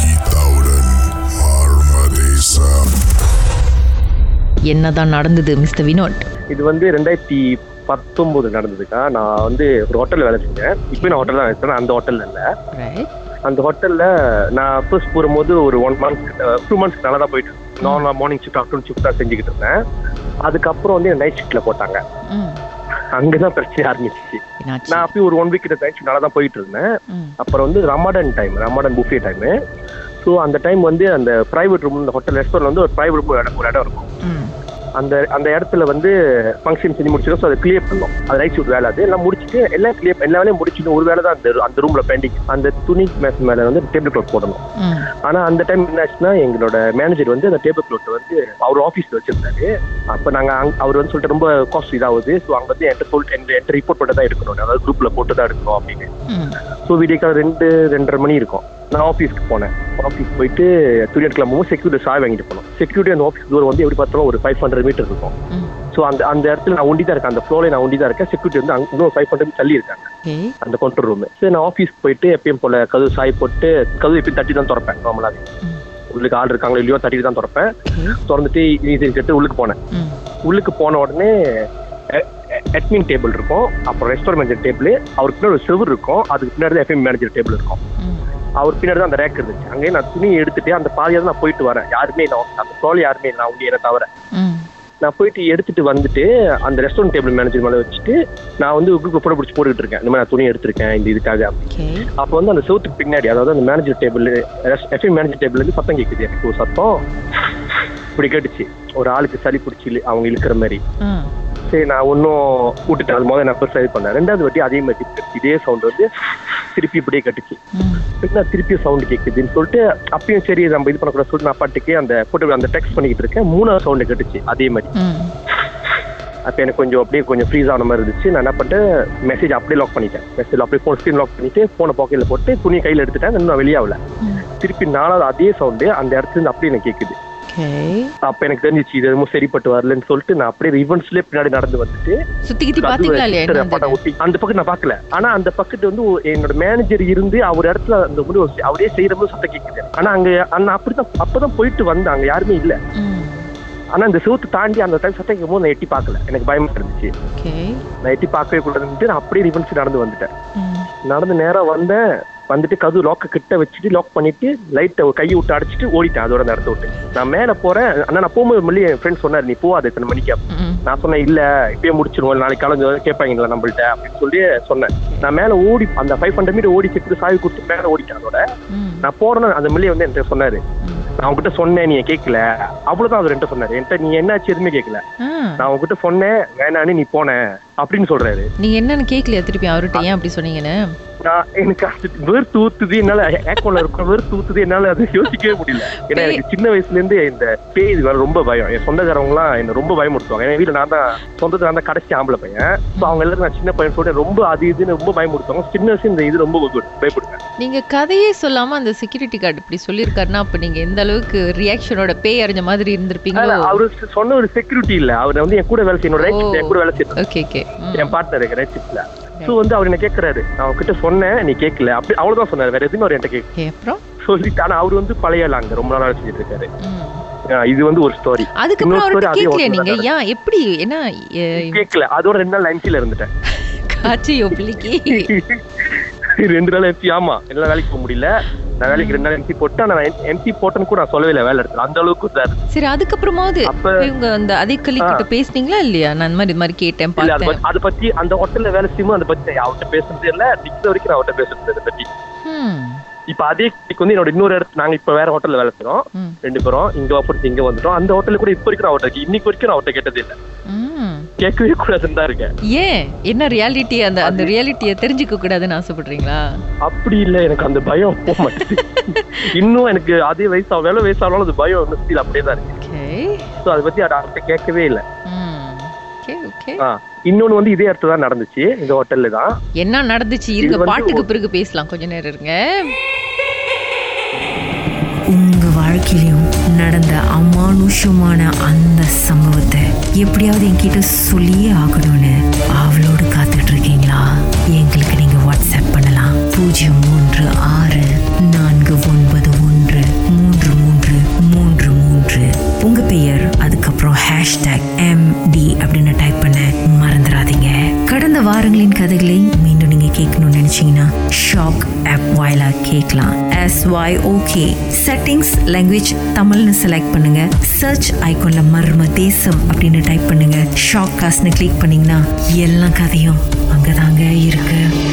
கீதாவுடன் மார்மதேசம் என்னதான் நடந்தது மிஸ்டர் வினோட் இது வந்து ரெண்டாயிரத்தி பத்தொன்பது நடந்ததுக்கா நான் வந்து ஒரு ஹோட்டல் வேலை செஞ்சேன் இப்போ நான் ஹோட்டல் தான் வச்சிருக்கேன் அந்த ஹோட்டல்ல இல்லை ரைட் அந்த ஹோட்டல்ல நான் ஃபர்ஸ்ட் போகும்போது ஒரு ஒன் மந்த் டூ மந்த்ஸ் நல்லா தான் போயிட்டு இருந்தேன். நான் மார்னிங் ஷிஃப்ட் ஆஃப்டர்நூன் ஷிஃப்ட் தான் செஞ்சுக்கிட்டு இருந்தேன் அதுக்கப்புறம் வந்து நைட் ஷிஃப்ட்ல போட்டாங்க ம் அங்கதான் பிரச்சனை ஆரம்பிச்சிச்சு என்னாச்சு நான் அப்பயும் ஒரு ஒன் வீக் கிட்ட நைட் ஷிஃப்ட் நல்லா தான் போயிட்டு இருந்தேன் ம் அப்புறம் வந்து Ramadan time Ramadan buffet time so அந்த டைம் வந்து அந்த ப்ரைவேட் ரூம் இந்த ஹோட்டல் ரெஸ்டாரண்ட் வந்து ஒரு ப்ரைவேட் ரூம் ஒரு இடம் இருக்கும் ம் அந்த அந்த இடத்துல வந்து ஃபங்க்ஷன் செஞ்சு முடிச்சிடும் ஸோ அதை கிளியர் பண்ணோம் அது ரைட் சூட் வேலை அது எல்லாம் முடிச்சுட்டு எல்லாம் கிளியர் எல்லா வேலையும் முடிச்சிடும் ஒரு வேலை தான் அந்த அந்த ரூமில் பெண்டிங் அந்த துணி மேஸ் மேலே வந்து டேபிள் கிளாத் போடணும் ம் ஆனால் அந்த டைம் என்னாச்சுன்னா எங்களோட மேனேஜர் வந்து அந்த டேபிள் கிளாத்தை வந்து அவர் ஆஃபீஸில் வச்சிருந்தாரு அப்போ நாங்கள் அவர் வந்து சொல்லிட்டு ரொம்ப காஸ்ட் இதாகுது ஸோ அங்கே வந்து என்கிட்ட சொல்லிட்டு என் என்கிட்ட ரிப்போர்ட் பண்ணி தான் எடுக்கணும் அதாவது குரூப்பில் போட்டு தான் எடுக்கணும் அப்படின்னு ம் ஸோ விடியக்கால் ரெண்டு ரெண்டரை மணி இருக்கும் நான் ஆஃபீஸ்க்கு போனேன் ஆஃபீஸ் போயிட்டு துணி எடுக்கலாம் போகும்போது செக்யூரிட்டி சாய் வாங்கிட்டு போனோம் செக்யூரிட்டி அந்த ஆஃபீஸ் தூரம் வந்து எப்படி பார்த்தாலும் ஒரு ஃபைவ் ஹண்ட்ரட் மீட்டர் இருக்கும் ம் ஸோ அந்த அந்த இடத்துல நான் ஒண்டி தான் இருக்கேன் அந்த ஃப்ளோரில் நான் ஒண்டி தான் இருக்கேன் செக்யூரிட்டி வந்து அங்க இன்னும் ஃபைவ் ஹண்ட்ரட் தள்ளி இருக்காங்க ஓகே அந்த கவுண்டர் ரூம் சரி நான் ஆஃபீஸ்க்கு போயிட்டு எப்பயும் போல கதவு சாய் போட்டு கதவு எப்பயும் தட்டி தான் திறப்பேன் நார்மலாகவே ம் உள்ளுக்கு ஆள் இருக்காங்களோ இல்லையோ தட்டி தான் திறப்பேன் Okay. திறந்துட்டு நீதின்னு கேட்டு உள்ளுக்கு போனேன் ம் உள்ளுக்கு போன உடனே அட்மின் டேபிள் இருக்கும் அப்புறம் ரெஸ்டாரண்ட் மேனேஜர் டேபிள் அவருக்கு பின்னாடி ஒரு செவர் இருக்கும் அதுக்கு பின்னாடி தான் எஃப்எம் மேனேஜர் டேபிள் இருக்கும் ம் அவர் பின்னாடி தான் அந்த ரேக் இருந்துச்சு அங்கேயே நான் துணி எடுத்துட்டு அந்த பாதியாக நான் போயிட்டு வரேன் யாருமே இல்லை அந்த தோல் யாருமே இல்லை அவங்க என்ன தவிர ம் நான் போயிட்டு எடுத்துட்டு வந்துட்டு அந்த ரெஸ்டாரண்ட் டேபிள் மேனேஜர் மேலே வச்சுட்டு நான் வந்து குரூப் போட பிடிச்சி போட்டுக்கிட்டு இருக்கேன் இந்த மாதிரி நான் துணி எடுத்திருக்கேன் இந்த இதுக்காக ஓகே அப்போ வந்து அந்த செவத்துக்கு பின்னாடி அதாவது அந்த manager table FM manager table இருந்து சத்தம் கேட்குது எனக்கு ஒரு சத்தம் இப்படி கேட்டுச்சு ஒரு ஆளுக்கு சளி பிடிச்சி இழு- அவங்க இழுக்கிற மாதிரி ம் சரி நான் ஒன்றும் விட்டுட்டேன் அது முதல்ல நான் பெருசாக இது பண்ணேன் ரெண்டாவது வாட்டி அதே மாதிரி கேட்டுச்சு. இதே சவுண்ட் வந்து திருப்பி இப்படியே கட்டுச்சு ம் என்ன திருப்பி சவுண்ட் கேட்குதுன்னு சொல்லிட்டு அப்பயும் சரி நம்ம இது பண்ணக்கூடாது சொல்லிட்டு நான் பாட்டுக்கே அந்த போட்டு அந்த டெக்ஸ்ட் பண்ணிக்கிட்டு இருக்கேன் மூணாவது சவுண்டு கேட்டுச்சு அதே மாதிரி ம் அப்போ எனக்கு கொஞ்சம் அப்படியே கொஞ்சம் ஃப்ரீஸ் ஆன மாதிரி இருந்துச்சு நான் என்ன பண்ணிட்டேன் மெசேஜ் அப்படியே லாக் பண்ணிட்டேன் மெசேஜ் அப்படியே ஃபோன் ஸ்க்ரீன் லாக் பண்ணிட்டு ஃபோனை பாக்கெட்டில் போட்டு துணியை கையில் எடுத்துட்டேன் இன்னும் நான் வெளியாகல ம். திருப்பி நாலாவது அதே சவுண்டு அந்த இடத்துல இருந்து அப்படியே எனக்கு கேட்குது ஓகே அப்போ எனக்கு தெரிஞ்சிச்சு இது எதுவும் சரிப்பட்டு வரலன்னு சொல்லிட்டு நான் அப்படியே ரிவன்ஸ்லேயே பின்னாடி நடந்து வந்துட்டு சுத்தி கித்தி கதவை பாத்தீங்களா இல்லையா திறந்து என்னது? ஒட்டி அந்த பக்கம் நான் பார்க்கல ஆனா அந்த பக்கத்து வந்து ஒ- என்னோட மேனேஜர் இருந்து அவர் இடத்துல அந்த முடி ஒரு- அவரே செய்யற போது சத்தம் கேட்குது ஆனா அங்க அண்ணா அப்படிதான் அப்பதான் போயிட்டு வந்தேன் அங்க யாருமே இல்ல ம் ஆனா இந்த செவத்து தாண்டி அந்த டைம் சத்தம் கேட்கும் போது நான் எட்டி பார்க்கல எனக்கு பயமா இருந்துச்சு ஓகே நான் எட்டி பார்க்கவே கூடாதுன்ட்டு நான் அப்படியே ரிவன்ஸ் நடந்து வந்துட்டேன் ம் நடந்து நேரா வந்தேன் வந்துட்டு கதவு லாக்க கிட்ட வச்சுட்டு லாக் பண்ணிட்டு லைட்டை கையை விட்டு அடிச்சிட்டு ஓடிட்டேன் அதோட அந்த இடத்த விட்டு நான் மேல போறேன் ஆனா நான் போகும்போது மல்லி என் ஃப்ரெண்ட் சொன்னாரு நீ போகாத இத்தனை மணிக்கு ம் நான் சொன்னேன் இல்ல இப்பயே முடிச்சிருவோம் நாளைக்கு காலேஜ் கேட்பாங்களா நம்மள்ட்ட அப்படின்னு சொல்லி சொன்னேன் நான் மேல ஓடி அந்த ஃபைவ் ஹண்ட்ரட் மீட்டர் ஓடி செத்து சாவி கொடுத்து மேல ஓடிட்டேன் அதோட ம் நான் போறேன்னு அந்த மில்லியை வந்து என்கிட்ட சொன்னாரு நான் உங்ககிட்ட சொன்னேன் நீ கேட்கல அவ்வளவுதான் அவர் என்கிட்ட சொன்னாரு என்கிட்ட நீ என்னாச்சு எதுவுமே கேட்கல ம். ஆ நான் உங்ககிட்ட சொன்னேன் வேணான்னு நீ போன அப்படின்னு சொல்றாரு நீங்க என்னன்னு கேக்கலையா திருப்பி அவர்கிட்ட ஏன் அப்படி சொன்னீங்கன்னு நான் எனக்கு அது வேர்த்து ஊத்துது என்னால ஏக்கோல இருக்க வேர்த்து ஊத்துது என்னால அது யோசிக்கவே முடியல ஏன்னா எனக்கு சின்ன வயசுல இருந்து இந்த பேய் இது வேற ரொம்ப பயம் என் சொந்தக்காரவங்க எல்லாம் என்ன ரொம்ப பயமுறுத்துவாங்க என் வீட்டுல நான் தான் சொந்தத்துல நான் தான் கடைசி ஆம்பளை பையன் ஸோ அவங்க எல்லாரும் நான் சின்ன பையன் சொல்லிட்டு ரொம்ப அது இதுன்னு ரொம்ப பயமுறுத்துவாங்க சின்ன வயசு இந்த இது ரொம்ப பயப்படுவேன் நீங்க கதையே சொல்லாம அந்த செக்யூரிட்டி கார்டு இப்படி சொல்லியிருக்காருன்னா அப்ப நீங்க எந்த அளவுக்கு ரியாக்ஷனோட பேய் அறிஞ்ச மாதிரி இருந்திருப்பீங்களோ அவரு சொன்ன ஒரு செக்யூரிட்டி இல்ல அவர் வந்து என் கூட வேலை செய்யணும் ரைட் ஓ. என் கூட வேலை செய்யணும் ஓகே ஓகே என் பார்ட்னர் இருக்கு ரைட் ஷிப்ட்ல ஸோ வந்து அவர் என்ன கேட்கறாரு நான் உங்ககிட்ட சொன்னேன் நீ கேட்கல அப்படி அவ்வளவுதான் சொன்னாரு வேற எதுவுமே அவர் என்கிட்ட கேட்க ஓகே அப்புறம் சொல்லிட்டு ஆனா அவர் வந்து பழைய ஆளு அங்க ரொம்ப நாளா வேலை செஞ்சுட்டு இருக்காரு ம். ஆ, இது வந்து ஒரு ஸ்டோரி அதுக்கப்புறம் இன்னொரு அவர்கிட்ட story, கேக்கலையா அதே hotel நீங்க தான் ஏன் எப்படி ஏன்னா கேட்கல அதோட ரெண்டு நாள் எம்சில இருந்துட்டேன் காட்சி ஒப்பிளிக்கு ரெண்டு நாள் எம்சி ஆமா எல்லாம் வேலைக்கு போக முடியல நான் வேலைக்கு ரெண்டு நாள் எம்சி போட்டு ஆனா நான் எம்சி போட்டேன்னு கூட நான் சொல்லவே இல்லை வேலை இடத்துல அந்த அளவுக்கு சார் சரி அதுக்கப்புறமாவது அப்ப இவங்க அந்த அதே கலி கிட்ட பேசுனீங்களா இல்லையா நான் இந்த மாதிரி இது மாதிரி கேட்டேன் இல்ல அதை பார்த்தேன் பத்தி அதை பத்தி அந்த ஹோட்டல்ல வேலை செய்யும்போது அதை பத்தி அவர்கிட்ட பேசுறது இல்ல டிக்ஸ் வரைக்கும் நான் அவர்கிட்ட பேசுறது இல்லை அதை பத்தி ம். இப்ப அதே கிளிக்கு வந்து என்னோட இன்னொரு இடத்துல நாங்க இப்ப வேற ஹோட்டல்ல வேலை செய்றோம் ம். ரெண்டு பேரும் இங்க வாப்பிட்டு இங்க வந்துட்டோம் அந்த ஹோட்டல்ல கூட இப்ப வரைக்கும் நான் அவர்கிட்ட இன்னைக்கு வரைக்கும் நான் அவர்கிட்ட கேட்டது இல்ல ம். கேட்கவே கூடாதுன்னு தான் இருக்கேன் ஏன் என்ன ரியாலிட்டி அந்த அந்த ரியாலிட்டியை தெரிஞ்சுக்க கூடாதுன்னு ஆசைப்படுறீங்களா அப்படி இல்ல எனக்கு அந்த பயம் போக மாட்டேங்குது இன்னும் எனக்கு அதே வயசா வேலை வயசானாலும் அது பயம் இன்னும் still அப்படியே தான் இருக்கு ஓகே ஸோ அதை பத்தி அவர்கிட்ட கேட்கவே இல்லை ஓகே ஓகே இன்னொன்னு வந்து இதே இடத்துல தான் நடந்துச்சு இந்த ஹோட்டல்ல தான் என்ன நடந்துச்சு இருங்க இது வந்து பாட்டுக்கு பிறகு பேசலாம் கொஞ்ச நேரம் இருங்க உங்க வாழ்க்கையிலும் நடந்த அமானுஷமான அந்த சம்பவத்தை எப்படியாவது என்கிட்ட சொல்லியே ஆகணும்னு அவளோடு காத்துட்டு இருக்கீங்களா எங்களுக்கு நீங்க வாட்ஸ்அப் பண்ண அப்படின்னா ஷாக் ஆப் வாயிலா கேட்கலாம் எஸ் ஒய் ஓகே செட்டிங்ஸ் லாங்குவேஜ் தமிழ்னு செலக்ட் பண்ணுங்க சர்ச் ஐக்கோன்ல மர்ம தேசம் அப்படின்னு டைப் பண்ணுங்க ஷாக் காஸ்ட்னு கிளிக் பண்ணீங்கன்னா எல்லா கதையும் அங்கதாங்க இருக்கு